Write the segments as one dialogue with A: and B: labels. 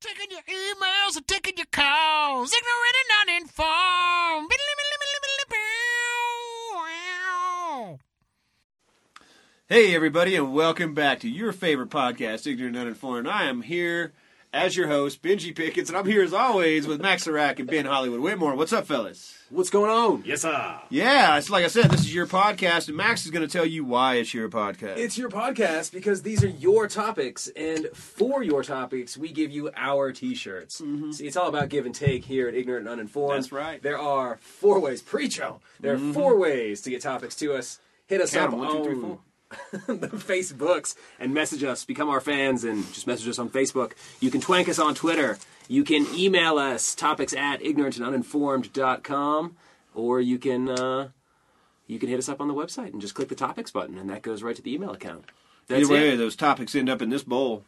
A: Taking your emails and taking your calls. Ignorant and uninformed.
B: Hey, everybody, and welcome back to your favorite podcast, Ignorant and Uninformed. I am here as your host, Benji Pickens, and I'm here as always with Max Serac and Ben Hollywood Whitmore. What's up, fellas?
C: What's going on?
D: Yes, sir.
B: Yeah, it's like I said, this is your podcast, and Max is going to tell you why it's your podcast.
C: It's your podcast because these are your topics, and for your topics, we give you our T-shirts. See, it's all about give and take here at Ignorant and Uninformed.
B: Mm-hmm. That's right. Mm-hmm.
C: There are four ways pre-show. There are four ways to get topics to us. Hit us
B: Count
C: up
B: 'em, one, two, three,
C: on
B: four.
C: the Facebooks and message us. Become our fans and just message us on Facebook. You can twank us on Twitter. You can email us topics at ignorantanduninformed.com or you can uh, you can hit us up on the website and just click the topics button and that goes right to the email account. That's
B: Either way,
C: it.
B: those topics end up in this bowl.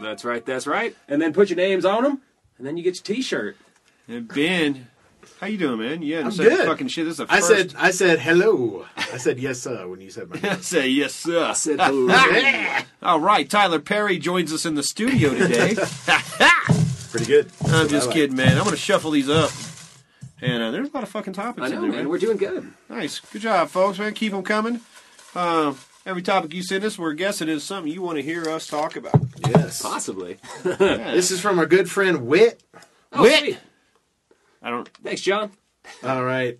C: That's right. That's right. And then put your names on them and then you get your t-shirt.
B: And Ben, how you doing, man? Yeah,
D: I'm
B: said
D: good.
B: fucking shit. This is the
D: I
B: first.
D: said, I said hello. I said yes, sir, when you said my name.
B: I said yes, sir.
C: Said hello.
B: All right, Tyler Perry joins us in the studio today.
D: Pretty good.
B: I'm just kidding, man. I'm going to shuffle these up. And uh, there's a lot of fucking topics
C: I
B: in
C: know,
B: there,
C: man. We're doing good.
B: Nice. Good job, folks, man. Keep them coming. Uh, every topic you send us, we're guessing is something you want to hear us talk about.
D: Yes.
C: Possibly.
D: This is from our good friend Wit.
C: Oh,
B: Wit.
C: sweet.
B: I don't.
C: Thanks, John.
D: All right.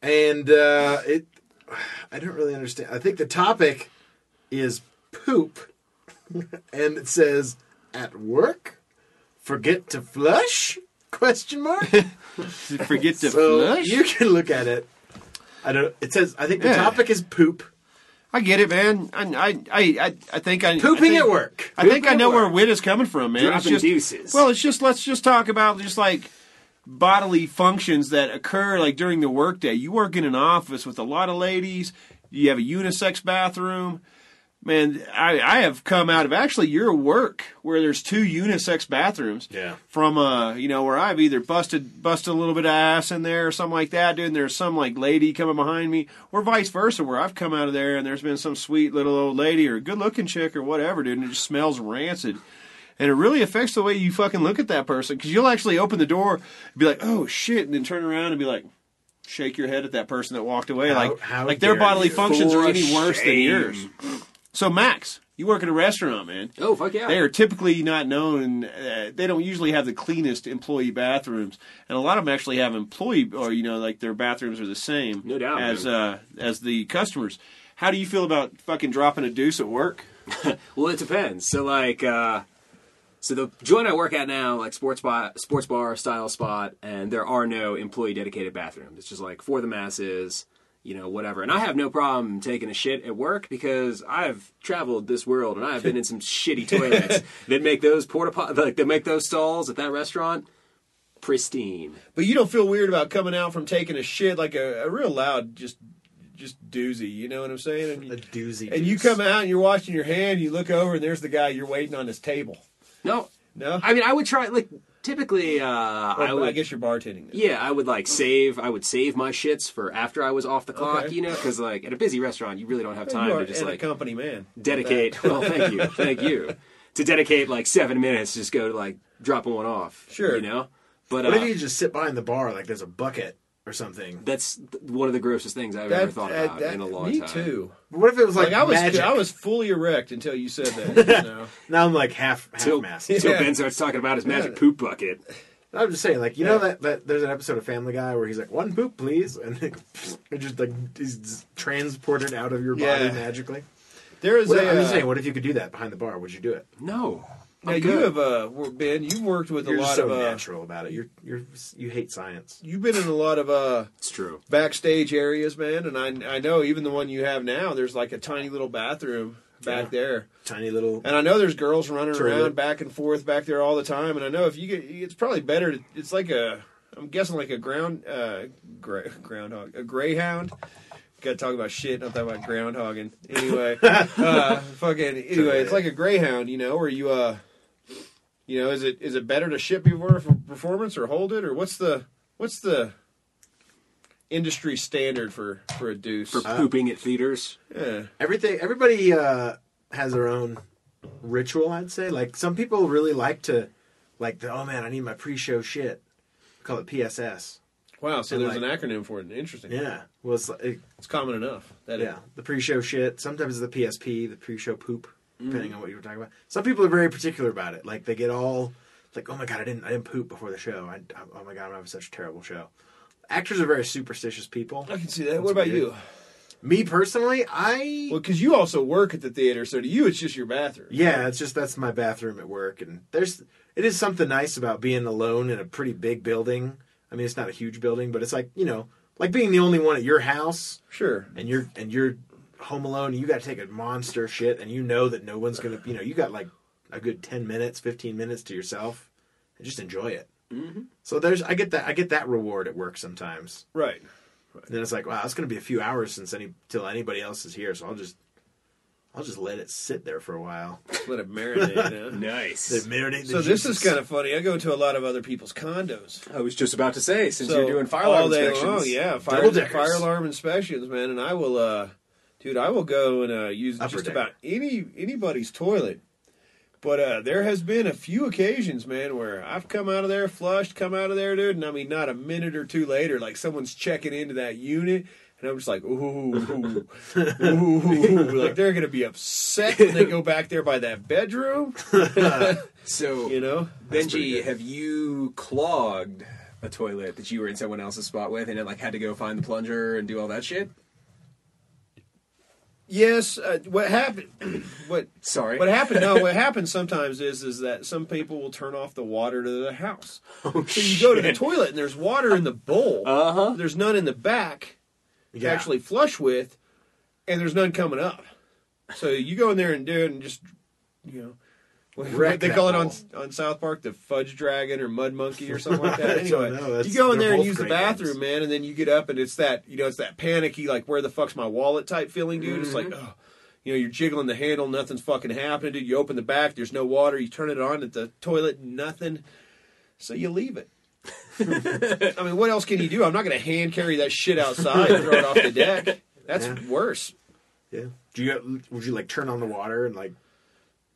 D: And uh, it, I don't really understand. I think the topic is poop, and it says at work, forget to flush? Question mark.
B: Forget to
D: so
B: flush.
D: you can look at it. I don't. It says. I think the
B: Yeah.
D: topic is poop.
B: I get it, man. I, I, I, I- I think I. I
D: Pooping
B: think,
D: at work.
B: I think I
C: Pooping
B: know
C: at
B: where
C: work.
B: wit is coming from, man. It's
C: Dropping
B: just,
C: deuces.
B: Well, it's just let's just talk about just like bodily functions that occur like during the workday. You work in an office with a lot of ladies. You have a unisex bathroom. Man, I, I have come out of actually your work where there's two unisex bathrooms.
D: Yeah.
B: From uh, you know, where I've either busted busted a little bit of ass in there or something like that, dude, and there's some like lady coming behind me, or vice versa, where I've come out of there and there's been some sweet little old lady or good looking chick or whatever, dude, and it just smells rancid. And it really affects the way you fucking look at that person because you'll actually open the door and be like, "Oh shit," and then turn around and be like, shake your head at that person that walked away,
D: How-
B: like
D: how
B: like their
D: dare
B: bodily
D: you.
B: functions are
C: For
B: any worse than
C: shame.
B: yours. So Max, you work at a restaurant, man.
C: Oh, fuck yeah.
B: They are typically not known. Uh, they don't usually have the cleanest employee bathrooms, and a lot of them actually have employee or you know like their bathrooms are the same.
C: No doubt,
B: as
C: man.
B: uh, as the customers. How do you feel about fucking dropping a deuce at work?
C: Well, it depends. So like, uh, so the joint I work at now, like sports bar, sports bar style spot, and there are no employee dedicated bathrooms. It's just like for the masses, you know, whatever. And I have no problem taking a shit at work because I've traveled this world and I've been in some shitty toilets that make those porta pot like that make those stalls at that restaurant pristine.
B: But you don't feel weird about coming out from taking a shit like a, a real loud just just doozy. You know what I'm saying?
D: A doozy.
B: And you
D: juice.
B: come out and you're washing your hand, you look over and there's the guy you're waiting on his table.
C: No,
B: No?
C: I mean I would try like typically uh,
B: Or,
C: I
B: I,
C: would
B: guess you're bartending. Then.
C: Yeah, I would like save. I would save my shits for after I was off the clock,
B: Okay.
C: you know, because like at a busy restaurant, you really don't have
B: you
C: time
B: are
C: to just
B: an
C: like
B: company man.
C: dedicate. well, thank you, thank you, to dedicate like seven minutes, just go to like dropping one off.
B: Sure.
C: you know. But
D: What
C: uh,
D: if you just sit behind the bar like there's a bucket or something?
C: that's th- one of the grossest things I've ever
B: That,
C: thought
B: that-
C: about
B: that-
C: in a long
B: me
C: time.
B: too.
D: What if it was like,
B: Like, I was,
D: magic?
B: I was fully erect until you said that. you know?
D: now I'm like half half
C: Till,
D: mast.
C: till
B: Yeah.
C: Ben starts talking about his magic poop bucket.
D: I'm just saying, like you know that, that there's an episode of Family Guy where he's like one poop please, and like, it just like is just transported out of your body
B: Yeah.
D: magically.
B: There is
D: What,
B: a.
D: I'm just
B: uh,
D: saying, what if you could do that behind the bar? Would you do it?
C: No,
B: now
C: I'm
B: you
C: good.
B: have uh, wor- Ben. You've worked with
D: You're
B: a
D: just
B: lot
D: so
B: of. Uh,
D: natural about it. You're you're you hate science.
B: you've been in a lot of uh,
C: It's true.
B: backstage areas, man, and I I know even the one you have now. There's like a tiny little bathroom back
D: Yeah.
B: there.
D: Tiny little.
B: And I know there's girls running
D: True.
B: around back and forth back there all the time. And I know if you get, it's probably better. To, it's like a, I'm guessing like a ground, uh, gra- groundhog, a greyhound. Got to talk about shit, not talking about groundhogging. Anyway, uh, fucking anyway, it's like a greyhound, you know, where you, uh, you know, is it is it better to shit before a f- performance or hold it or what's the what's the industry standard for for a deuce?
C: For pooping at theaters.
B: yeah.
D: Everything. Everybody uh, has their own ritual. I'd say. Like some people really like to Like, the, oh man, I need my pre-show shit. Call it PSS.
B: Wow, so
D: And,
B: there's
D: like-
B: an acronym for it. Interesting.
D: Yeah. Well, it's like, it-
B: It's common enough. That
D: yeah, the pre-show shit. Sometimes it's the PSP, the pre-show poop, depending on what you were talking about. Some people are very particular about it. Like they get all like, oh my god, I didn't, I didn't poop before the show. I, I- oh my god, I'm having such a terrible show. Actors are very superstitious people.
B: I can see that. What about
D: weird.
B: you?
D: Me personally, I
B: Well, because you also work at the theater, so to you, it's just your bathroom.
D: yeah, it's just that's my bathroom at work, and there's it is something nice about being alone in a pretty big building. I mean, it's not a huge building, but it's like you know, like being the only one at your house.
B: Sure.
D: and you're and you're home alone and you got to take a monster shit and you know that no one's gonna you know you got like a good 10 minutes 15 minutes to yourself and just enjoy it mm-hmm. so there's i get that i get that reward at work sometimes
B: Right.
D: and then it's like wow it's gonna be a few hours since any till anybody else is here so i'll just i'll just let it sit there for a while
B: Let it marinate. huh?
C: Nice.
D: Let it marinate the
B: So this is
D: juices.
B: kind of funny. I go to a lot of other people's condos.
C: I was just about to say, since
B: So
C: you're doing fire alarm
B: all day
C: inspections,
B: long, yeah, fire,
D: Double-deckers.
B: fire alarm inspections, man. And I will, uh, dude, I will go and uh, use
D: Upper
B: just
D: deck.
B: about any anybody's toilet. But uh, there has been a few occasions, man, where I've come out of there, flushed, come out of there, dude, and I mean, not a minute or two later, like someone's checking into that unit, and I'm just like, ooh, ooh, ooh, ooh. like they're gonna be upset when they go back there by that bedroom,
C: So
B: you know?
C: Benji, have you clogged a toilet that you were in someone else's spot with, and then like had to go find the plunger and do all that shit?
B: Yes, uh, what happened? what
C: Sorry.
B: What happened? No, what happens sometimes is is that some people will turn off the water to the house.
D: Oh,
B: so you go to the toilet and there's water in the bowl. Uh huh. There's none in the back to
D: Uh-huh. Yeah.
B: actually flush with, and there's none coming up. So you go in there and do it and just you know. What,
D: Wreck
B: they
D: that
B: call it on,
D: bowl.
B: on South Park the fudge dragon or mud monkey or something like
D: I
B: that.
D: don't
B: Anyway,
D: know, that's-
B: you go in
D: they're
B: there and
D: both
B: use the
D: great
B: bathroom,
D: names.
B: man, and then you get up and it's that you know it's that panicky like where the fuck's my wallet type feeling, dude. It's like
D: Mm-hmm.
B: oh, you know, you're jiggling the handle, nothing's fucking happening, dude. You open the back, there's no water. You turn it on at the toilet, nothing. So you leave it. I mean, what else can you do? I'm not going to hand carry that shit outside and throw it off the deck. That's
D: Yeah.
B: worse.
D: yeah do you would you like turn on the water and like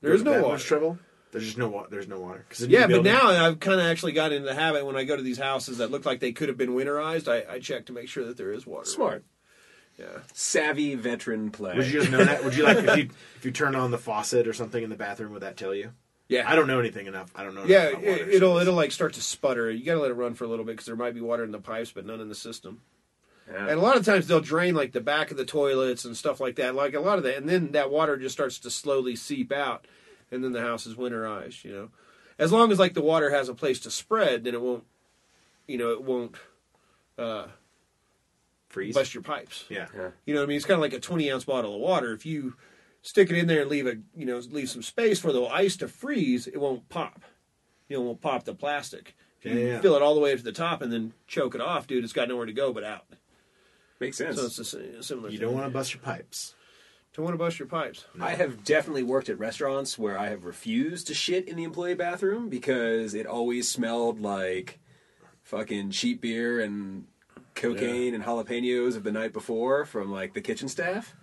D: go
B: There's
D: to bed
B: no
D: much
B: water.
D: trouble there's just no water there's no water 'Cause it's a new
B: Yeah, but
D: building.
B: now I've kind of actually got into the habit when I go to these houses that look like they could have been winterized. I, I check to make sure that there is water.
C: Smart,
B: Yeah.
C: savvy veteran play.
D: Would you have known that? Would you like if you if you turn on the faucet or something in the bathroom? Would that tell you?
B: Yeah.
D: I don't know anything enough. I don't know.
B: Yeah,
D: enough about water,
B: it, it'll it'll like start to sputter. You gotta let it run for a little bit because there might be water in the pipes, but none in the system.
C: Yeah.
B: And a lot of times they'll drain like the back of the toilets and stuff like that. Like a lot of that, and then that water just starts to slowly seep out, and then the house is winterized. You know, as long as like the water has a place to spread, then it won't, you know, it won't uh,
D: freeze.
B: bust your pipes.
D: yeah.
C: Yeah.
B: You know what I mean? It's kind of like a 20 ounce bottle of water. If you stick it in there and leave a, you know, leave some space for the ice to freeze, it won't pop. You know, it won't pop the plastic. If you
D: Yeah, yeah.
B: fill it all the way up to the top and then choke it off, dude, it's got nowhere to go but out.
C: Makes sense.
B: So it's a si- similar.
D: You
B: thing.
D: don't want to bust your pipes.
B: Don't want to bust your pipes.
C: I have definitely worked at restaurants where I have refused to shit in the employee bathroom because it always smelled like fucking cheap beer and cocaine and jalapenos of the night before from like the kitchen staff.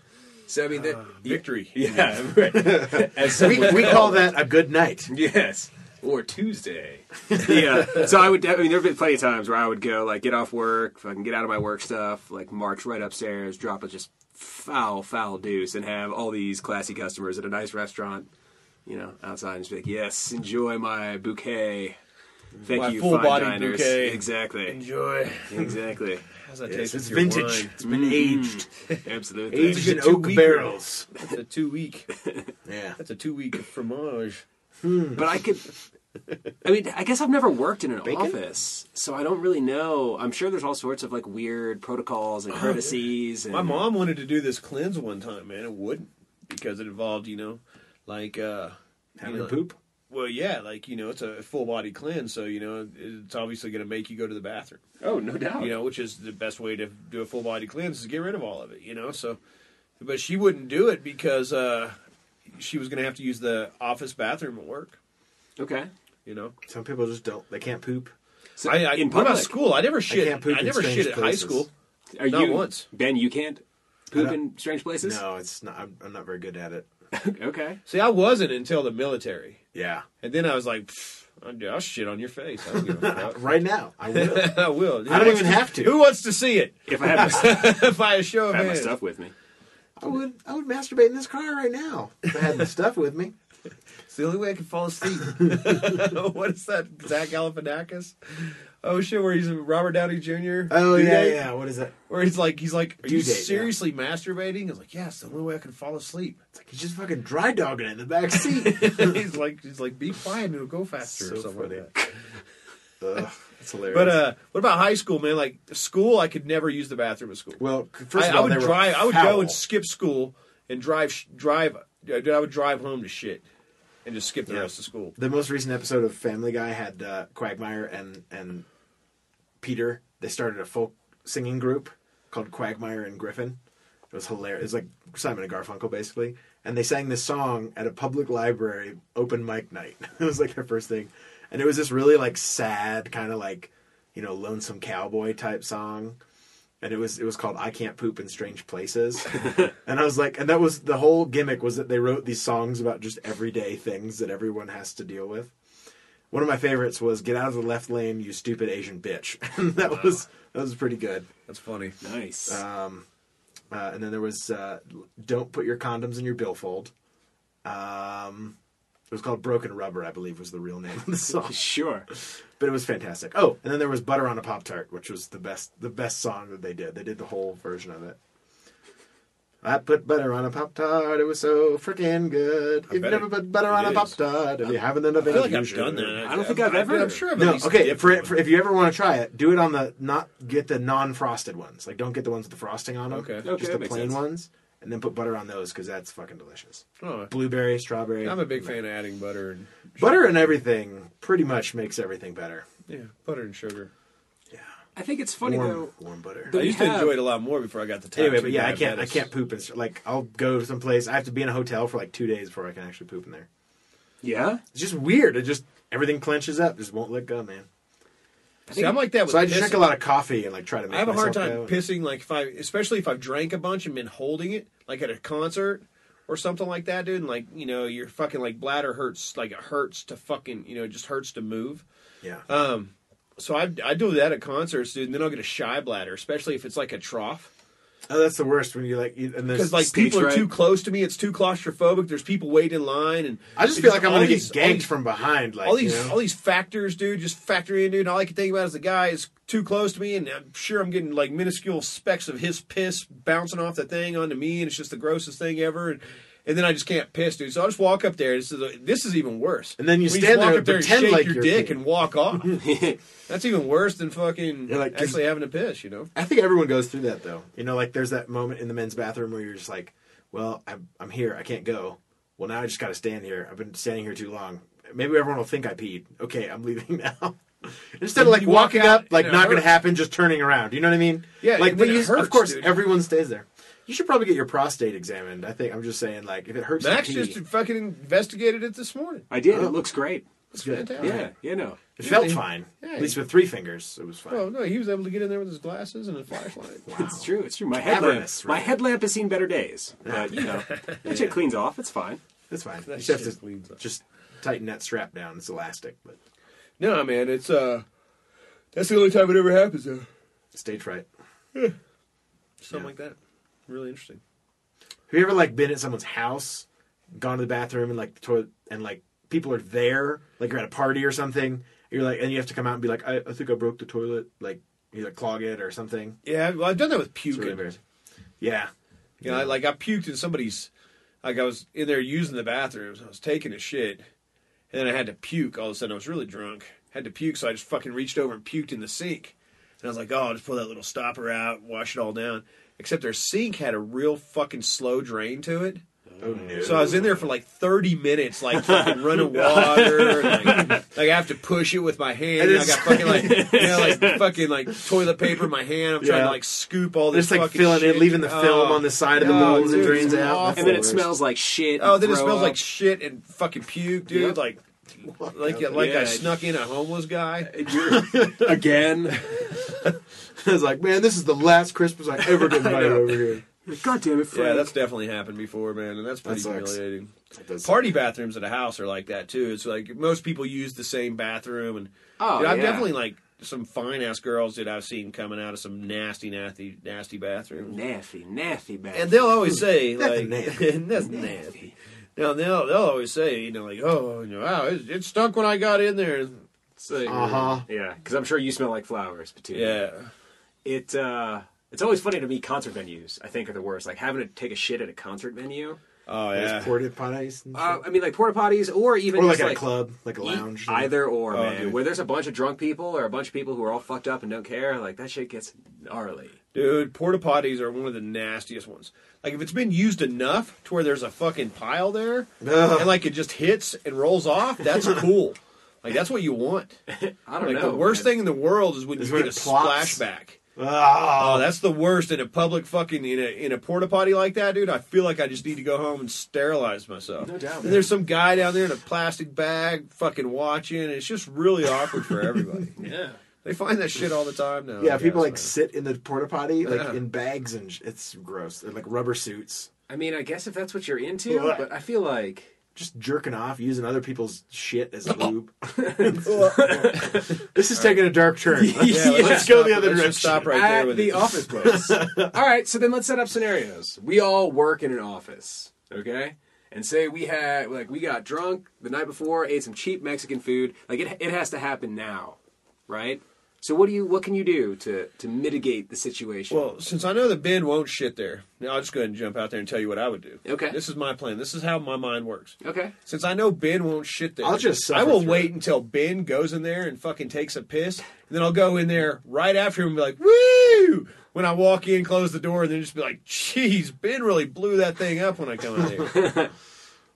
C: So I mean, that,
B: victory.
C: Yeah, right. As
D: We,
C: someone-
D: we call that a good night.
C: Yes. Or Tuesday. yeah. So I would, I mean, there have been plenty of times where I would go, like, get off work, fucking get out of my work stuff, like, march right upstairs, drop a just foul, foul deuce, and have all these classy customers at a nice restaurant, you know, outside and just be like, yes, enjoy my bouquet. Thank
B: My
C: you,
B: full
C: fine
B: body
C: diners.
B: bouquet.
C: Exactly.
B: Enjoy.
C: Exactly.
B: How's that
D: Yes,
B: taste?
D: it's
B: with your
D: vintage.
B: wine?
D: It's been aged,
C: Absolutely.
D: aged in
B: It's a good
D: oak
B: two-weeker.
D: barrels.
B: That's a two week.
D: Yeah.
B: That's a two week fromage.
C: But I could. I mean, I guess I've never worked in an
D: Bacon?
C: office, so I don't really know. I'm sure there's all sorts of like weird protocols and courtesies. and
B: Oh, My mom wanted to do this cleanse one time, man. It wouldn't because it involved, you know, like uh,
D: Having
B: you
D: a
B: know,
D: poop.
B: Well, yeah, like you know, it's a full body cleanse, so you know it's obviously going to make you go to the bathroom.
C: Oh, no doubt.
B: You know, which is the best way to do a full body cleanse is get rid of all of it. You know, so but she wouldn't do it because uh, she was going to have to use the office bathroom at work.
C: Okay.
B: You know,
D: Some people just don't. They can't poop.
C: So
B: I, I
C: in
B: what about
C: public,
B: school? I never shit.
D: can't poop
B: I
D: in
B: never
D: strange
B: shit at high
D: places.
B: school.
C: are
B: not
C: you
B: once.
C: Ben? You can't
D: I
C: poop
D: don't-
C: in strange places.
D: No, it's not. I'm, I'm not very good at it.
C: Okay.
B: See, I wasn't until the military,
D: Yeah.
B: and then I was like, pff, I'll I'll shit on your face. I don't give a fuck.
D: Uh, Right now, I will.
B: I will.
D: I don't even have to.
B: Who wants to see it?
C: If I had my, if
B: By a show of
C: I had my
B: hands.
C: stuff with me,
D: I would. I would masturbate in this car right now if I had the stuff with me.
B: It's the only way I can fall asleep. what is that? Zach Galifianakis? Oh shit! Where he's Robert Downey Jr.
D: Oh
B: Due
D: yeah,
B: date?
D: yeah. What is that?
B: Where he's like, he's like, are
D: Due
B: you
D: date, yeah.
B: seriously masturbating? He's like, yeah, it's the only way I can fall asleep.
D: It's like he's just fucking dry dogging it in the back seat.
B: he's like, he's like, be quiet, and it'll go faster or
D: So
B: something
D: funny.
B: like that.
D: Ugh, that's hilarious.
B: But uh, what about high school, man? Like school, I could never use the bathroom at school.
D: well, first
B: I,
D: of
B: I
D: all,
B: would
D: they were
B: drive. I would go
D: foul.
B: and skip school and drive sh- drive. I would drive home to shit and just skip the
D: Yeah.
B: rest of school.
D: the most recent episode of Family Guy had uh, Quagmire and and Peter. They started a folk singing group called Quagmire and Griffin. It was hilarious. It was like Simon and Garfunkel basically, and they sang this song at a public library open mic night. it was like their first thing, and it was this really like sad kind of like you know lonesome cowboy type song. And it was it was called "I Can't Poop in Strange Places," and I was like, and that was the whole gimmick was that they wrote these songs about just everyday things that everyone has to deal with. One of my favorites was "Get out of the left lane, you stupid Asian bitch." And that was that was pretty good.
B: That's funny.
C: nice.
D: Uh, and then there was uh, "Don't put your condoms in your billfold." Um, it was called "Broken Rubber," I believe, was the real name of the song.
C: sure.
D: but it was fantastic. Oh, and then there was "Butter on a Pop Tart," which was the best the best song that they did. They did the whole version of it. I put butter on a pop tart. It was so freaking good. If you
B: bet
D: never
B: it-
D: put butter on
B: it
D: a
B: is.
D: pop tart, if you haven't done a
B: I feel like I've done that.
C: I don't think I've ever-
B: I'm sure I've at
D: No,
B: least
D: okay.
B: dipped
D: For,
B: one.
D: for if you ever want to try it, do it on the not get the non-frosted ones. Like don't get the ones with the frosting on them.
B: Okay.
D: just
C: Okay, that
D: the
C: makes
D: plain
C: sense.
D: ones, and then put butter on those because that's fucking delicious.
B: Oh,
D: Blueberry, strawberry.
B: I'm a big fan of adding butter and
D: Butter and everything pretty much makes everything better.
B: yeah, butter and sugar.
C: I think it's funny
D: Warm,
C: though.
D: warm butter.
C: The-
B: I
C: We
B: used to
C: have-
B: enjoy it a lot more before I got the type
D: anyway,
B: two
D: but yeah, I can't. I
B: diabetes.
D: can't poop in. str- Like I'll go to someplace. I have to be in a hotel for like two days before I can actually poop in there.
C: Yeah,
D: It's just weird. It just everything clenches up. Just won't let go, man.
B: See, I'm like that. With
D: So I just
B: pissing.
D: drink a lot of coffee and like try to. Make
B: I have a hard
D: myself
B: time
D: go.
B: pissing, like if I, especially if I've drank a bunch and been holding it, like at a concert or something like that, dude. And like you know, your fucking like bladder hurts, like it hurts to fucking, you know, it just hurts to move.
D: Yeah.
B: Um, so I I do that at concerts, dude. And then I'll get a shy bladder, especially if it's like a trough.
D: oh, that's the worst when you like. You, and there's
B: Because like
C: Stage
B: people are
C: fright.
B: too close to me, it's too claustrophobic. There's people waiting in line, and
D: I just
B: it's
D: feel like I'm
B: all
D: gonna
B: these-
D: get
B: all
D: ganked
B: these-
D: from behind. Like
B: all these
D: you know?
B: all these factors, dude, just factor in, dude. And all I can think about is the guy is too close to me, and I'm sure I'm getting like minuscule specks of his piss bouncing off the thing onto me, and it's just the grossest thing ever. And, and then I just can't piss, dude. So I will just walk up there. This is this is even worse.
D: And then you
B: When
D: stand
B: just
D: there
B: walk
D: and
B: up there and
D: pretend
B: shake
D: like
B: your
D: you're
B: dick
D: peeing.
B: and walk off. That's even worse than fucking
D: You're like, 'cause-
B: actually having a piss, you know.
D: I think everyone goes through that though. You know, like there's that moment in the men's bathroom where you're just like, "Well, I'm I'm here. I can't go. Well, now I just got to stand here. I've been standing here too long. Maybe everyone will think I peed. Okay, I'm leaving now." Instead of like
B: You walk
D: walking
B: out
D: up, like
B: and it
D: not going to
B: hurts.
D: happen, just turning around. You know what I mean?
B: Yeah,
D: Like,
B: and
D: but
B: then it
D: you, of
B: hurts,
D: course,
B: dude.
D: everyone stays there. You should probably get your prostate examined. I think I'm just saying, like, if it hurts, to
B: Max
D: pee,
B: just fucking investigated it this morning.
C: I did. It looks great.
B: It's
D: good.
B: fantastic.
C: Yeah, you know.
D: it felt fine.
B: Yeah,
D: At least with three fingers, it was fine.
B: Oh no, he was able to get in there with his glasses and a flashlight.
C: It's true. It's true. My headlamp.
D: Cavernous,
C: My
D: right.
C: headlamp has seen better days, but you know, that shit cleans off. It's fine.
D: That's fine.
B: That
D: you just
B: shit
D: have to
B: cleans up.
D: just tighten that strap down. It's elastic, but
B: No, man, it's uh, that's the only time it ever happens though.
D: stage fright.
B: Something
D: Yeah.
B: like that. Really interesting.
D: Have you ever like been at someone's house, gone to the bathroom and like the toilet and like people are there, like you're at a party or something, and you're like and you have to come out and be like, I, I think I broke the toilet, like you like clog it or something.
B: Yeah, well, I've done that with
D: It's really
B: puking.
D: embarrassing. Yeah.
B: you know, I, like I puked in somebody's, like I was in there using the bathrooms. I was taking a shit, and then I had to puke. All of a sudden, I was really drunk. Had to puke, so I just fucking reached over and puked in the sink. And I was like, oh, I'll just pull that little stopper out, wash it all down. Except their sink had a real fucking slow drain to it.
D: Oh no.
B: So I was in there for like 30 minutes, like fucking running water. and, Like, like I have to push it with my hand.
D: And
B: and I
D: it's-
B: got fucking like, you know, like fucking like toilet paper in my hand. I'm trying
D: Yeah.
B: to like scoop all this.
D: just like
B: fucking
D: filling
B: shit.
D: it, leaving the film
B: Oh.
D: on the side of the
B: Oh,
D: bowl as it
B: dude,
D: drains
B: it's
D: out.
B: awful.
C: And then it
D: Worst.
C: smells like shit. and
B: Oh, then it
C: throw
B: smells like
C: up.
B: shit and fucking puke, dude.
C: Yep.
B: Like, like, like
C: Yeah.
B: I snuck in a homeless guy.
D: Uh,
C: again.
D: I was like, man, this is the last Christmas I ever get invited over here.
C: God damn it, Frank.
B: Yeah, that's definitely happened before, man, and that's pretty
D: That sucks.
B: humiliating.
D: does-
B: Party bathrooms at a house are like that too. It's like most people use the same bathroom, and
C: Oh,
B: Dude, I've
C: yeah.
B: definitely like some fine ass girls that I've seen coming out of some nasty, nasty, nasty bathrooms,
C: naffy, naffy bad.
B: and they'll always say
D: That's
B: like,
D: nasty.
B: "That's nasty." Now they'll they'll always say, you know, like, "Oh, you know, wow, it, it stunk when I got in there."
C: It's like-
D: Uh-huh.
C: Yeah, because I'm sure you smell like flowers, Petunia.
B: Yeah,
C: It, uh, it's always funny to me, concert venues, I think, are the worst. Like, having to take a shit at a concert venue.
B: oh
D: There's
B: yeah,
D: porta potties and
C: Uh,
D: shit.
C: I mean, like, porta potties or even
D: or like
C: just,
D: at a club, like a lounge.
C: Either or,
B: Oh,
C: man.
B: dude.
C: Where there's a bunch of drunk people or a bunch of people who are all fucked up and don't care, like, that shit gets gnarly.
B: dude, porta potties are one of the nastiest ones. Like if it's been used enough to where there's a fucking pile there,
D: Ugh.
B: and like it just hits and rolls off, that's cool. Like that's what you want.
C: I don't
B: Like
C: know.
B: the worst
C: man.
B: thing in the world is when
D: Is
B: you
D: when
B: get a
D: it plops.
B: splashback.
D: Ah,
B: Oh, that's the worst in a public fucking in a in a porta potty like that, dude. I feel like I just need to go home and sterilize myself.
C: No doubt,
B: And
C: man.
B: there's some guy down there in a plastic bag, fucking watching. And it's just really awkward for everybody.
C: Yeah.
B: They find that shit all the time now.
D: yeah,
B: I
D: people
B: guess,
D: like
B: man.
D: sit in the porta potty like
B: Yeah.
D: in bags and sh- it's gross. They're like rubber suits,
C: I mean, I guess if that's what you're into,
D: Ugh.
C: but I feel like.
D: just jerking off, using other people's shit as lube. this is taking a dark turn.
C: Yeah, let's
D: let's
C: just
D: go
B: stop-
D: the other
B: let's
D: direction.
B: just stop right there
C: at
B: with
C: the
B: it.
C: office place. all right, so then let's set up scenarios. We all work in an office, okay? And say we had like we got drunk the night before, ate some cheap Mexican food. Like it, it has to happen now, right? So what do you what can you do to to mitigate the situation?
B: Well, since I know that Ben won't shit there, now I'll just go ahead and jump out there and tell you what I would do.
C: Okay.
B: This is my plan. This is how my mind works.
C: okay.
B: Since I know Ben won't shit there,
D: I'll just suffer
B: I will
D: through
B: wait
D: it.
B: until Ben goes in there and fucking takes a piss, and then I'll go in there right after him and be like, "Woo!" When I walk in, close the door, and then just be like, "Jeez, Ben really blew that thing up when I come out here."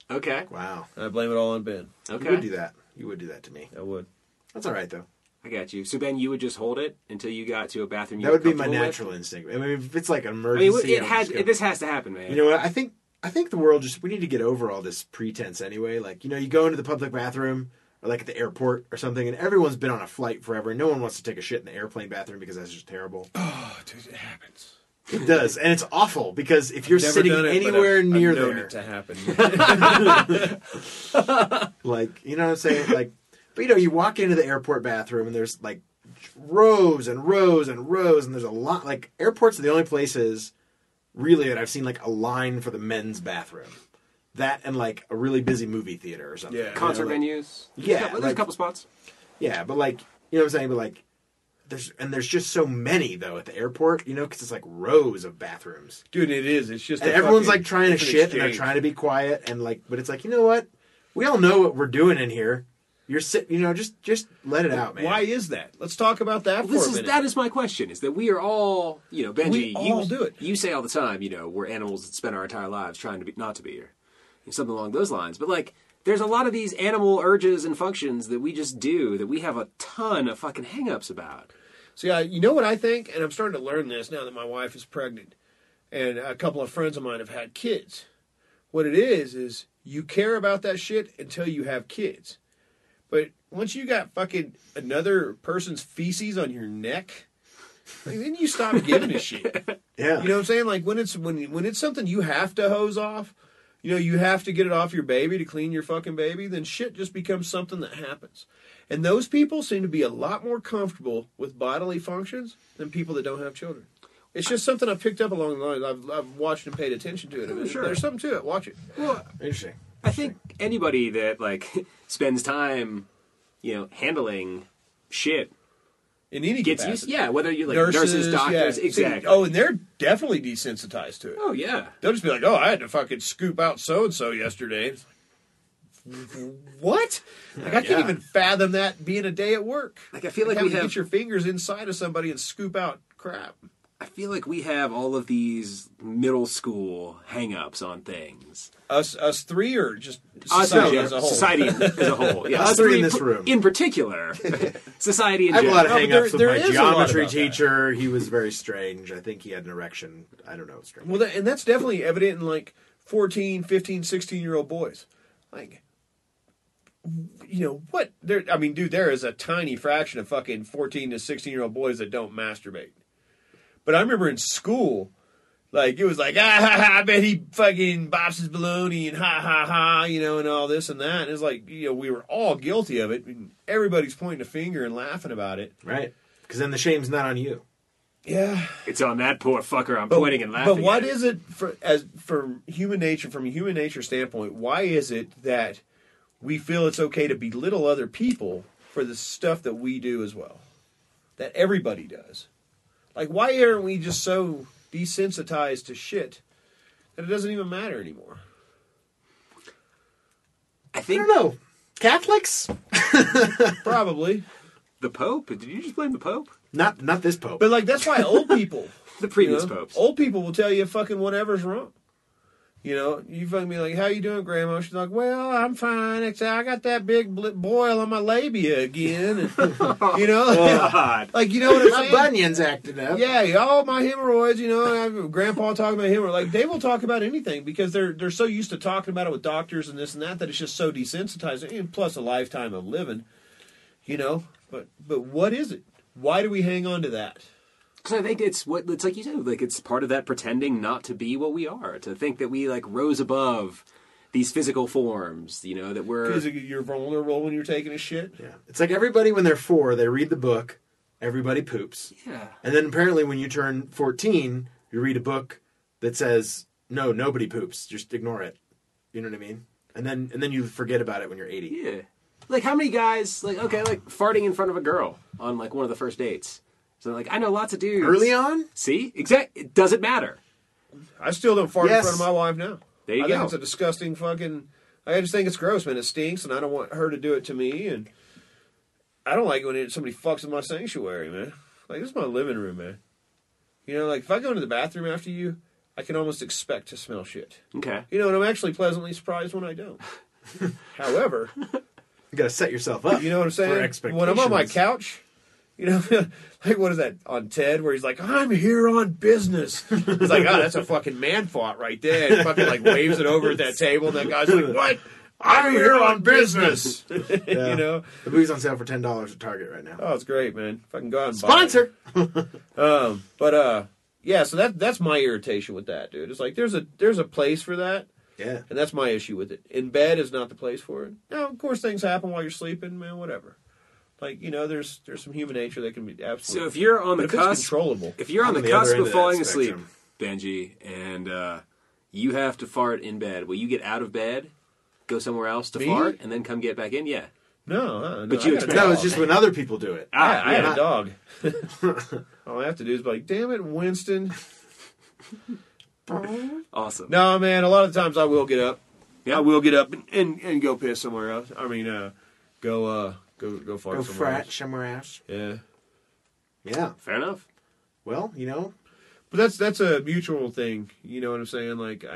C: Okay.
D: Wow,
B: And I blame it all on Ben.
D: you would do
C: Okay.
D: that. You would do that to me.
B: I would.
D: That's all right though.
C: I got you. So Ben, you would just hold it until you got to a bathroom. You
D: That
C: were
D: would be my
C: comfortable with?
D: natural instinct. I mean, if it's like an
C: I mean,
D: emergency,
C: it, it
D: I would
C: had
D: just go-
C: this has to happen, man.
D: You know what? I think I think the world just we need to get over all this pretense anyway. Like you know, you go into the public bathroom or like at the airport or something, and everyone's been on a flight forever, and no one wants to take a shit in the airplane bathroom because that's just terrible.
B: Oh, dude, it happens.
D: It does, and it's awful because if you're
B: Never
D: sitting
B: done it, but
D: anywhere
B: I've- I've
D: near
B: known
D: there,
B: it to happen.
D: like you know what I'm saying, like. But you know, you walk into the airport bathroom and there's like rows and rows and rows, and there's a lot. Like airports are the only places really that I've seen like a line for the men's bathroom. That and like a really busy movie theater or something.
B: Yeah.
D: You know,
C: Concert
D: like-
C: venues. There's a
D: Yeah,
C: couple- there's
D: like-
C: a couple spots.
D: Yeah, but like you know what I'm saying. But like there's and there's just so many though at the airport. You know, because it's like rows of bathrooms,
B: dude, it is. It's just
D: and
B: a
D: everyone's
B: fucking-
D: like trying to
B: it's an
D: shit and they're
B: exchange.
D: trying to be quiet and like. But it's like you know what? We all know what we're doing in here. You're sit. You know, just just let it out, man.
B: Why is that? Let's talk about that for
C: This
B: a
C: is
B: minute.
C: that is my question: is that we are all, you know, Benji,
B: We all
C: you
B: do it.
C: You say all the time, you know, we're animals that spend our entire lives trying to be not to be here, something along those lines. But like, there's a lot of these animal urges and functions that we just do that we have a ton of fucking hangups about.
B: See, I, you know what I think, and I'm starting to learn this now that my wife is pregnant, and a couple of friends of mine have had kids. What it is is you care about that shit until you have kids, but once you got fucking another person's feces on your neck, like, then you stop giving a shit.
D: Yeah.
B: You know what I'm saying? Like when it's when when it's something you have to hose off, you know, you have to get it off your baby to clean your fucking baby, then shit just becomes something that happens. And those people seem to be a lot more comfortable with bodily functions than people that don't have children. It's just something I've picked up along the line. I've, I've watched and paid attention to it. And
C: sure.
B: There's something to it. Watch it.
D: Interesting.
C: I think anybody that like spends time, you know, handling shit
B: In any
C: gets
B: capacity.
C: used. Yeah, whether you like nurses, doctors,
B: yeah.
C: exactly.
B: oh, and they're definitely desensitized to it.
C: oh yeah.
B: They'll just be like, "Oh, I had to fucking scoop out so and so yesterday." It's like, What? Like I can't
D: Yeah.
B: even fathom that being a day at work.
C: Like, I feel like
B: having
C: we
B: to
C: have-
B: get your fingers inside of somebody and scoop out crap.
C: I feel like we have all of these middle school hangups on things.
B: Us, us three, or just
C: Us
B: society
C: in
B: as a
C: general.
B: whole.
C: Society in- as a whole. Yeah,
D: Us
C: three
D: three in
C: in
D: this
C: pr-
D: room.
C: In particular, society in
D: I have a
C: general.
D: lot of
B: No, but there-
D: hangups with
B: there
D: my
B: is a lot
D: geometry
B: about that.
D: teacher. He was very strange. I think he had an erection. I don't know. It's strange.
B: Well, that, and that's definitely evident in like 14, 15, 16 year old boys. Like, you know what? There, I mean, dude, there is a tiny fraction of fucking 14 to 16 year old boys that don't masturbate. But I remember in school, Like it was like ah ha ha, I bet he fucking bops his baloney and ha ha ha, you know, and all this and that. And it's like you know we were all guilty of it. And everybody's pointing a finger and laughing about it.
D: Right. Because then the shame's not on you.
B: Yeah,
C: It's on that poor fucker. I'm
B: but,
C: pointing and laughing.
B: But
C: at
B: what is it for as from human nature, from a human nature standpoint? Why is it that we feel it's okay to belittle other people for the stuff that we do as well, that everybody does? Like, why aren't we just so desensitized to shit that it doesn't even matter anymore?
C: I
D: I
C: think
D: don't know. Catholics?
B: Probably,
C: the Pope. Did you just blame the Pope?
D: Not not this pope.
B: but like that's why old people.
C: The
B: you
C: previous Oh,
B: know,
C: popes.
B: Old people will tell you fucking whatever's wrong. You know, you fucking be like, "How you doing, Grandma?" She's like, "Well, I'm fine. Except I got that big bl- boil on my labia again." And, you know, like,
C: God.
B: you know what I'm
D: my
B: saying?
D: bunion's acting up.
B: Yeah, yeah, all my hemorrhoids. You know, and I, Grandpa talking about hemorrhoids. Like they will talk about anything because they're they're so used to talking about it with doctors and this and that that it's just so desensitizing. And plus, a lifetime of living. You know, but but what is it? Why do we hang on to that?
C: Because I think it's what it's like you said, like it's part of that pretending not to be what we are, to think that we like rose above these physical forms, you know, that we're
B: Because you're vulnerable when you're taking a shit.
D: Yeah. It's like everybody when they're four, they read the book, everybody poops.
C: yeah,
D: And then apparently when you turn 14, you read a book that says, no, nobody poops. Just ignore it. You know what I mean? And then and then you forget about it when you're 80.
C: yeah. Like how many guys like okay, like farting in front of a girl on like one of the first dates. So like I know lots of dudes
D: Early on?
C: See, exact. It doesn't matter.
B: I still don't fart
D: Yes.
B: in front of my wife now.
C: There you
B: I
C: go.
B: think it's a disgusting fucking. I just think it's gross, man. It stinks, and I don't want her to do it to me. And I don't like when it, somebody fucks in my sanctuary, man. Like this is my living room, man. You know, like if I go into the bathroom after you, I can almost expect to smell shit.
C: Okay.
B: You know, and I'm actually pleasantly surprised when I don't. However,
D: You got to set yourself up.
B: you know what I'm
D: For
B: saying?
D: expectations.
B: When I'm on my couch, you know, like what is that on Ted where he's like, "I'm here on business." He's like, "Oh, that's a fucking man fought right there." And fucking like waves it over at that table. And that guy's like, "What? I'm here on business."
D: Yeah.
B: You know?
D: The movie's on sale for ten dollars at Target right now.
B: Oh, it's great, man. Fucking go out and buy it.
D: Sponsor.
B: Um, but uh, yeah. So that that's my irritation with that, dude. It's like there's a there's a place for that.
D: Yeah.
B: And that's my issue with it. In bed is not the place for it. Now, of course, things happen while you're sleeping, man. Whatever. Like you know, there's there's some human nature that can be absolutely.
C: So if you're on
B: but
C: the
B: if
C: cusp,
B: it's controllable.
C: if you're on,
D: I'm
C: the,
D: on the
C: cusp
D: other end
C: of
D: of that
C: falling asleep,
D: spectrum.
C: Benji, and uh, you have to fart in bed, will you get out of bed, go somewhere else to
B: Me?
C: fart, and then come get back in? Yeah.
B: No, uh, no
C: But
B: I got
C: you
B: a
C: expect-
D: No,
B: dog.
D: it's just when other people do it.
B: I, I had
D: yeah.
B: a dog. All I have to do is be like, damn it, Winston.
C: Awesome.
B: No, man. A lot of times I will get up. I
C: Yeah.
B: will get up and, and, and go piss somewhere else. I mean, uh, go uh, go go far
D: Go
B: somewhere
D: frat
B: else.
D: somewhere else.
B: Yeah.
D: Yeah.
C: Fair enough.
D: Well, you know,
B: But that's that's a mutual thing. You know what I'm saying? Like I,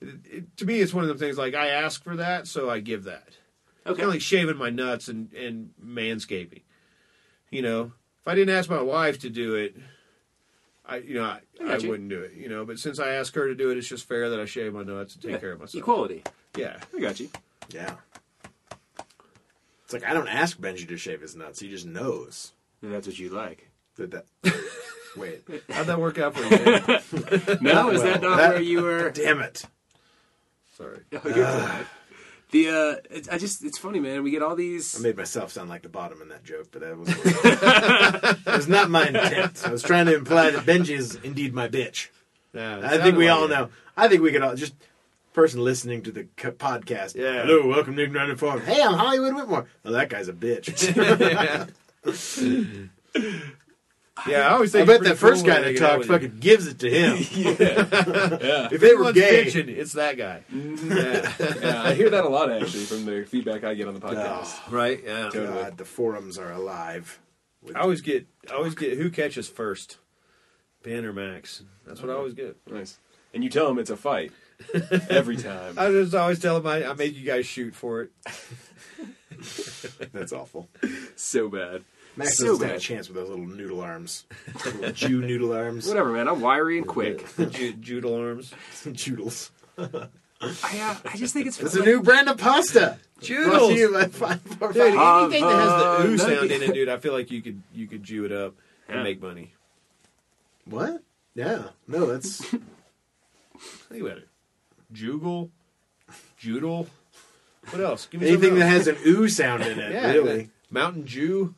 B: it, it, to me, it's one of them things. Like I ask for that, so I give that.
C: Okay.
B: Kind of like shaving my nuts and and manscaping. You know, if I didn't ask my wife to do it, I you know I,
C: I
B: I,
C: got you.
B: wouldn't do it. You know, but since I asked her to do it, it's just fair that I shave my nuts and take
C: Yeah.
B: care of myself.
C: Equality.
B: Yeah.
C: I got you.
D: yeah. It's like I don't ask Benji to shave his nuts. He just knows
C: If that's what you like.
D: that. that Wait.
B: How'd that work out for you? man?
C: No, is
D: Well,
C: that not
D: that-
C: where you were?
D: Damn it.
B: Sorry.
C: No, you're fine. The uh, it's I just it's funny, man. We get all
D: I
C: these.
D: made myself sound like the bottom in that joke, but that was it was not my intent. I was trying to imply that Benji is indeed my bitch.
B: Yeah, it
D: I think
B: sounded
D: we
B: like
D: all
B: it.
D: know. I think we could all just person listening to the co- podcast.
B: Yeah.
D: Hello, welcome to Ignorant Informed. Hey, I'm Hollywood Whitmore. Oh, that guy's a bitch.
B: yeah. yeah, I always think.
D: I bet that first guy that talked
B: fucking.
D: fucking gives it to him.
C: Yeah.
D: If they were
B: Everyone's
D: gay,
B: bitching, it's that guy.
C: yeah, I hear that a lot actually from the feedback I get on the
D: podcast.
B: Right? Yeah.
D: God, the forums are alive. With,
B: I always get I always get who catches first. Ben or Max. That's what I always get.
C: Nice. And you tell them it's a fight every time.
B: I just always tell them I, I made you guys shoot for it.
D: that's awful.
C: so bad.
D: Max
C: so
D: doesn't have a
C: bad.
D: chance with those little noodle arms, little Jew noodle arms,
C: Whatever, man. I'm wiry and quick.
B: Ju- Judal arms.
D: Judels.
C: I, uh, I just think it's.
D: It's a new brand of pasta. Brought to you
B: Judals.
D: by Five Four
B: Dude,
D: Five.
C: Uh,
B: anything that has the
C: uh,
B: ooh
C: that'd
B: sound
C: be-
B: in it, dude, I feel like you could you could Jew it up
C: Yeah.
B: and make money.
D: What? Yeah. No, that's
B: Think about it. Jugal, Judal. What else? Give me
D: anything
B: something
D: that
B: else.
D: has an ooh sound in it.
B: yeah,
D: really.
B: Mountain Jew.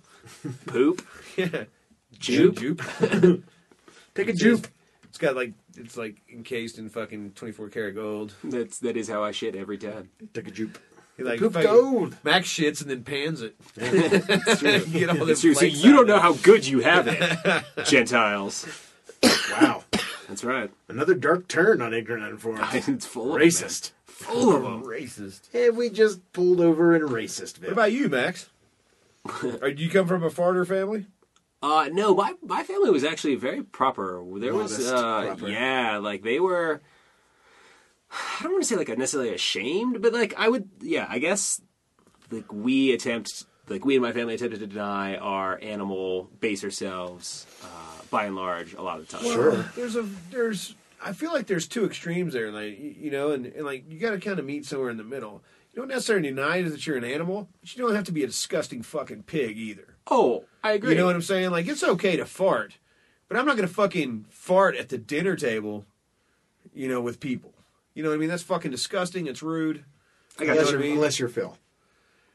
C: Poop.
B: Yeah,
C: Jupe.
B: Jupe.
C: Take a
B: Jupe. It's got like it's like encased in fucking twenty four karat gold.
C: That's that is how I shit every time.
D: Take a jupe.
B: He like
D: Poop
B: fucking-
D: gold.
B: Max shits and then pans it. Get all
C: It's
B: this
C: true. So you don't know how good you have it, Gentiles.
D: Wow.
C: That's right.
D: Another dark turn on ignorant informed.
C: It's full of 'em,
D: Racist.
C: man. Full of 'em.
B: racist.
D: Have we just pulled over in racist?
B: What about you, Max? Or do you come from a farter family?
C: Uh, no, my my family was actually very proper. There was,
D: Modest,
C: uh,
D: proper.
C: yeah, like they were. I don't want to say like necessarily ashamed, but like I would, yeah, I guess like we attempt, like we and my family attempted to deny our animal baser selves, uh, by and large, a lot of the time.
D: Sure.
B: There's a there's I feel like there's two extremes there, like y- you know, and, and like you got to kind of meet somewhere in the middle. You don't necessarily deny that you're an animal, but you don't have to be a disgusting fucking pig either.
C: Oh, I agree.
B: You know what I'm saying? Like it's okay to fart, but I'm not gonna fucking fart at the dinner table, you know, with people. You know what I mean? That's fucking disgusting. It's rude.
C: I got
D: Unless
B: you
D: you're,
B: know what I mean?
D: unless you're Phil,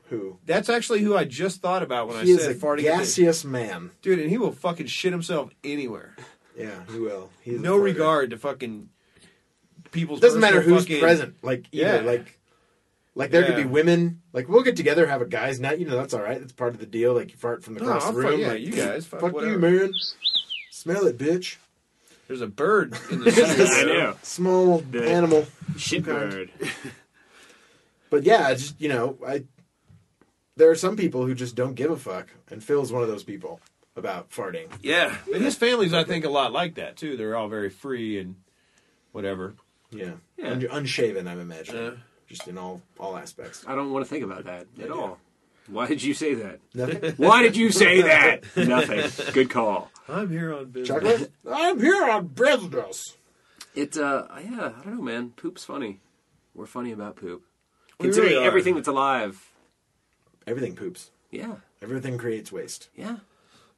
D: who
B: That's actually who I just thought about when
D: he
B: I
D: is a
B: said farting. at the-
D: gaseous man.
B: Dude, and he will fucking shit himself anywhere.
D: Yeah, he will. He's a
B: no
D: farter.
B: regard to fucking people's.
D: Doesn't matter
B: personal
D: who's
B: fucking-
D: present. Like either
B: Yeah.
D: like. Like there could
B: Yeah.
D: be women. Like we'll get together, have a guys' night. You know that's all right. That's part of the deal. Like you fart from the
B: No,
D: across
B: I'll
D: the
B: fuck-
D: room.
B: yeah,
D: like
B: you guys, fuck
D: fuck
B: whatever.
D: you, man. Smell it, bitch.
B: There's a bird in the
C: I
B: studio.
C: know.
D: Small
C: The-
D: animal.
C: Shitbird.
D: But yeah, I just you know, I there are some people who just don't give a fuck, and Phil's one of those people about farting.
C: Yeah.
B: But his family's, I think, a lot like that too. They're all very free and whatever.
D: Yeah,
C: Yeah.
D: Un- unshaven, I'm imagining,
B: Yeah.
D: just in all all aspects.
C: I don't want to think about that at all. Why did you say that?
D: Nothing.
C: Why did you say that? Nothing. Good call.
B: I'm here on business.
D: Chocolate. I'm here on business.
C: It's uh yeah, I don't know, man. Poop's funny. We're funny about poop.
B: We
C: Considering
B: really are.
C: everything that's alive.
D: Everything poops.
C: Yeah.
D: Everything creates waste.
C: Yeah.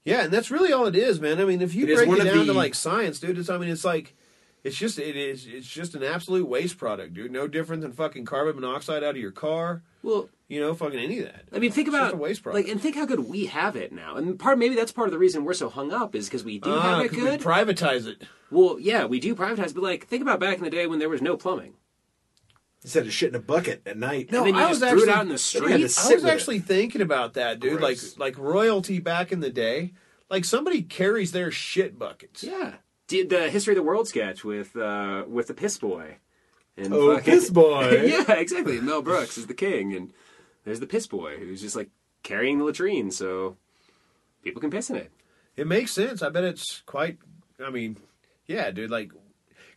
B: Yeah, and that's really all it is, man. I mean, if you
D: It is
B: break
D: one
B: it
D: of
B: down to
D: the-
B: like science, dude, it's I mean, it's like it's just it is it's just an absolute waste product, dude. No different than fucking carbon monoxide out of your car.
C: Well,
B: You know, fucking any of that.
C: I mean, think
B: It's
C: about
B: just a waste product.
C: like, and think how good we have it now. And part maybe that's part of the reason we're so hung up is because we do
B: Ah,
C: have it
B: 'cause
C: good.
B: We privatize it.
C: well, yeah, we do privatize, but like, think about back in the day when there was no plumbing.
D: Instead of shit in a bucket at night.
C: No, then you just threw it out in the
D: then you had to
C: street.
D: sit
B: I was
D: with it.
B: actually thinking about that, dude.
D: Gross.
B: Like like royalty back in the day. Like somebody carries their shit buckets.
C: Yeah. Did the history of the world sketch with uh with the piss boy. And
D: Oh,
C: fucking-
D: piss boy.
C: yeah, exactly. Mel Brooks is the king, and there's the piss boy who's just like carrying the latrine, so people can piss in it.
B: It makes sense. I bet it's quite. I mean, yeah, dude. Like,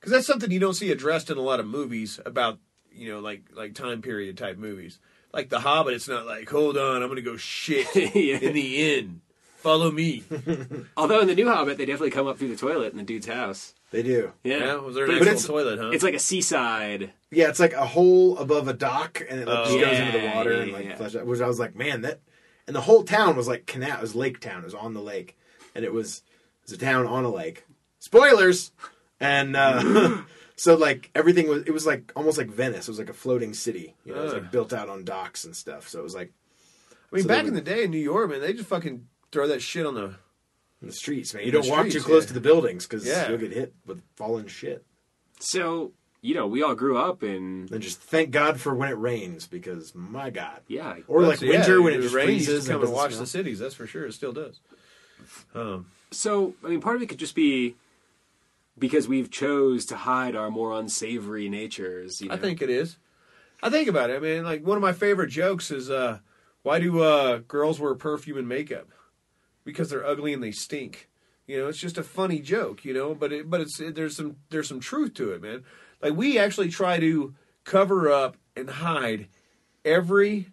B: because that's something you don't see addressed in a lot of movies about you know like like time period type movies. Like The Hobbit, it's not like hold on, I'm gonna go shit
C: Yeah.
B: in the inn. Follow me.
C: Although in the new Hobbit, they definitely come up through the toilet in the dude's house.
D: They do.
C: Yeah,
B: Yeah, was there an
C: But
B: actual
C: it's,
B: toilet? Huh?
C: it's like a seaside.
D: Yeah, it's like a hole above a dock, and it like, just
B: Oh.
D: goes into the
C: Yeah,
D: water
C: yeah,
D: and like
C: yeah.
D: flushes out. Which I was like, man, that. And the whole town was like canal. It was lake town. It was on the lake, and it was it was a town on a lake. Spoilers. And uh, so like everything was. It was like almost like Venice. It was like a floating city. You know, it was like
B: Ugh.
D: built out on docks and stuff. So it was like
B: I mean,
D: so they
B: back in the
D: would-
B: day in New York, man, they just fucking throw that shit on the.
D: in the streets, man. You
B: the
D: don't walk too
B: streets,
D: close
B: yeah.
D: to the buildings because
B: Yeah.
D: you'll get hit with falling shit.
C: So you know, we all grew up in
D: And just thank God for when it rains because my God.
C: yeah.
D: Or like
B: That's- yeah,
D: winter when it
B: dude,
D: just
B: rain used to
D: freezes
B: Come and
D: doesn't
B: watch
D: smell.
B: the cities. That's for sure. It still does. Um,
C: So I mean, part of it could just be because we've chose to hide our more unsavory natures. You know?
B: I think it is. I think about it. I mean, like one of my favorite jokes is, uh, "Why do uh, girls wear perfume and makeup? Because they're ugly and they stink." You know, it's just a funny joke. You know, but it, but it's it, there's some there's some truth to it, man. Like we actually try to cover up and hide every,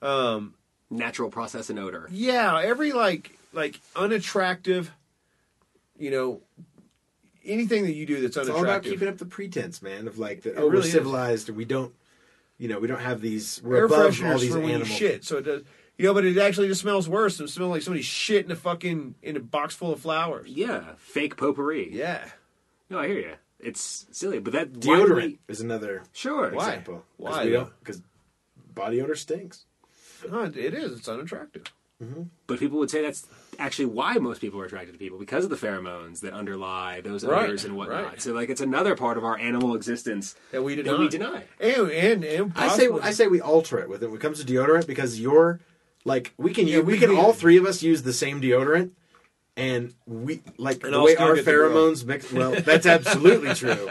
B: um,
C: natural process and odor.
B: yeah, every like like unattractive, you know, anything that you do that's
D: It's all about
B: unattractive.
D: keeping up the pretense, man, of like that. Oh,
B: really
D: we're
B: is.
D: civilized. and We don't, you know, we don't have these. We're
B: air
D: above all
B: fresheners
D: these
B: for when
D: animals.
B: you shit. So it does. You know, but it actually just smells worse. It smells like somebody shit in a fucking in a box full of flowers.
C: Yeah, fake potpourri.
B: Yeah.
C: No, I hear you. It's silly, but that why would
D: Deodorant
C: we-
D: is another
C: Sure.
B: Why?
D: example.
B: Why, though?
D: Because body odor stinks.
B: No, it it is. It's unattractive.
C: But people would say that's actually why most people are attracted to people because of the pheromones that underlie those
B: Right,
C: odors and whatnot.
B: right.
C: So like it's another part of our animal existence
B: That we deny.
C: that we deny.
B: And, and, and
D: I say
B: possibly-
D: I say we alter it with it when it comes to deodorant because you're like we can
B: Yeah,
D: use,
B: we-
D: we, can
B: we-
D: all three of us use the same deodorant and we like
B: And
D: the
B: I'll
D: way
B: still
D: our
B: get the girl.
D: pheromones mix well that's absolutely true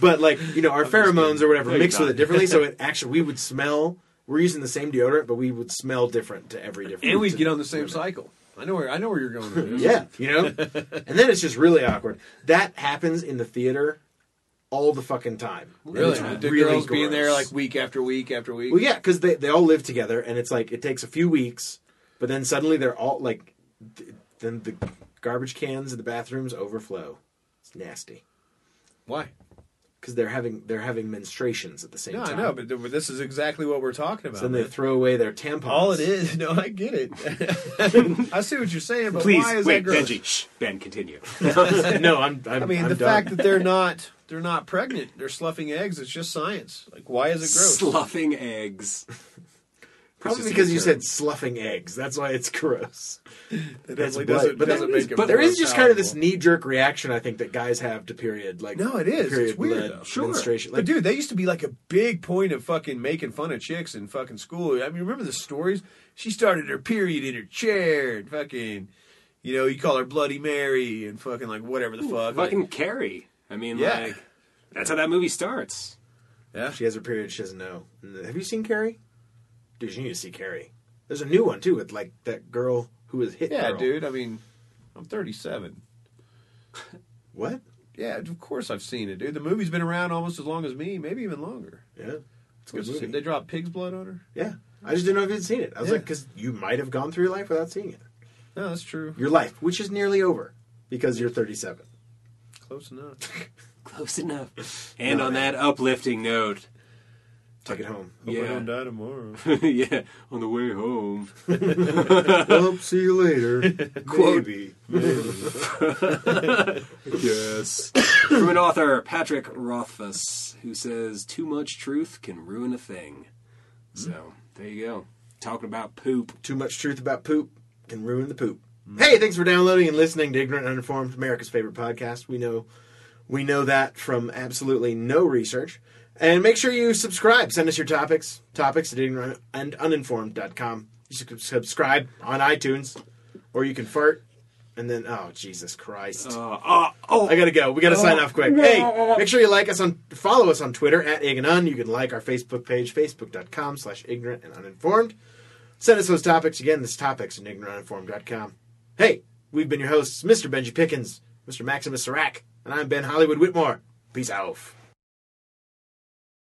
D: but like you know our pheromones or whatever
C: No, you're
D: mix with
C: not.
D: it differently so it actually we would smell we're using the same deodorant but we would smell different to every different
B: and we'd
D: to
B: get on the same
D: women.
B: cycle. I know where I know where you're going. With this.
D: yeah you know and then it's just really awkward that happens in the theater all the fucking time And
B: Really,
D: it's
B: the
D: really
B: girls being there
D: gross.
B: like week after week after week.
D: Well, yeah, because they, they all live together, and it's like it takes a few weeks, but then suddenly they're all like, th- then the garbage cans in the bathrooms overflow. It's nasty
B: Why?
D: because they're having they're having menstruations at the same
B: No, I
D: time.
B: know, but, th- but this is exactly what we're talking about.
D: so then they
B: man.
D: throw away their tampons.
B: All it is, no, I get it. I see what you're saying, but
C: Please
B: why is that
C: wait,
B: gross?
C: Benji. Shh, Ben, continue.
D: no, I'm. I'm
B: I mean,
D: I'm
B: the
D: done.
B: fact that they're not they're not pregnant, they're sloughing eggs. It's just science. Like, why is it gross?
C: Sloughing eggs.
D: probably
C: It's just a
D: because you
C: term.
D: said sloughing eggs. That's why it's gross.
B: it definitely
D: what-
B: doesn't.
D: but
B: But doesn't
C: there is-
B: make it
C: but
D: There is
B: more
D: just kind of this
B: palatable.
D: knee jerk reaction I think that guys have to period like
B: No, it is.
D: period
B: It's weird,
D: blood
B: though. Sure.
D: menstruation.
B: but dude, they used to be like a big point of fucking making fun of chicks in fucking school. I mean, remember the stories? She started her period in her chair, and fucking, you know, you call her Bloody Mary, and fucking like whatever the fuck. like-
C: Fucking Carrie. I mean,
B: Yeah.
C: like that's how that movie starts.
B: yeah.
D: She has her period. She doesn't know. And then- Have you seen Carrie? Dude, you need to see Carrie. There's a new one too with like that girl who was hit.
B: yeah,
D: girl.
B: dude. I mean, I'm 37.
D: What?
B: Yeah, of course I've seen it, dude. The movie's been around almost as long as me, maybe even longer.
D: Yeah, it's a good
B: Because
D: movie.
B: They dropped pig's blood on her.
D: Yeah, I just didn't know if you'd seen it. I was
B: Yeah.
D: like, because you might have gone through your life without seeing it.
B: No, that's true.
D: Your life, which is nearly over because you're 37.
B: Close enough.
C: Close enough. And on that uplifting note,
D: Take it home.
B: Hope I
C: Yeah.
B: don't die tomorrow.
C: yeah, on the way home.
D: well, see you later.
C: Quote.
D: Maybe.
C: Yes. From an author, Patrick Rothfuss, who says, Too much truth can ruin a thing. So, there you go. Talking about poop.
D: Too much truth about poop can ruin the poop.
C: Mm.
D: Hey, thanks for downloading and listening to Ignorant Uninformed, America's favorite podcast. We know we know that from absolutely no research. And make sure you subscribe. Send us your topics, topics at ignorant and uninformed.com. You should subscribe on iTunes, or you can fart. And then, oh, Jesus Christ.
C: Uh, oh, oh, Uh,
D: I gotta go. We gotta sign off quick. Hey, make sure you like us on, follow us on Twitter at Ig and Un. You can like our Facebook page, facebook.com slash ignorant and uninformed. Send us those topics. Again, this is topics at ignorantuninformed.com. Hey, we've been your hosts, Mr. Benji Pickens, Mr. Maximus Serac, and I'm Ben Hollywood Whitmore. Peace out.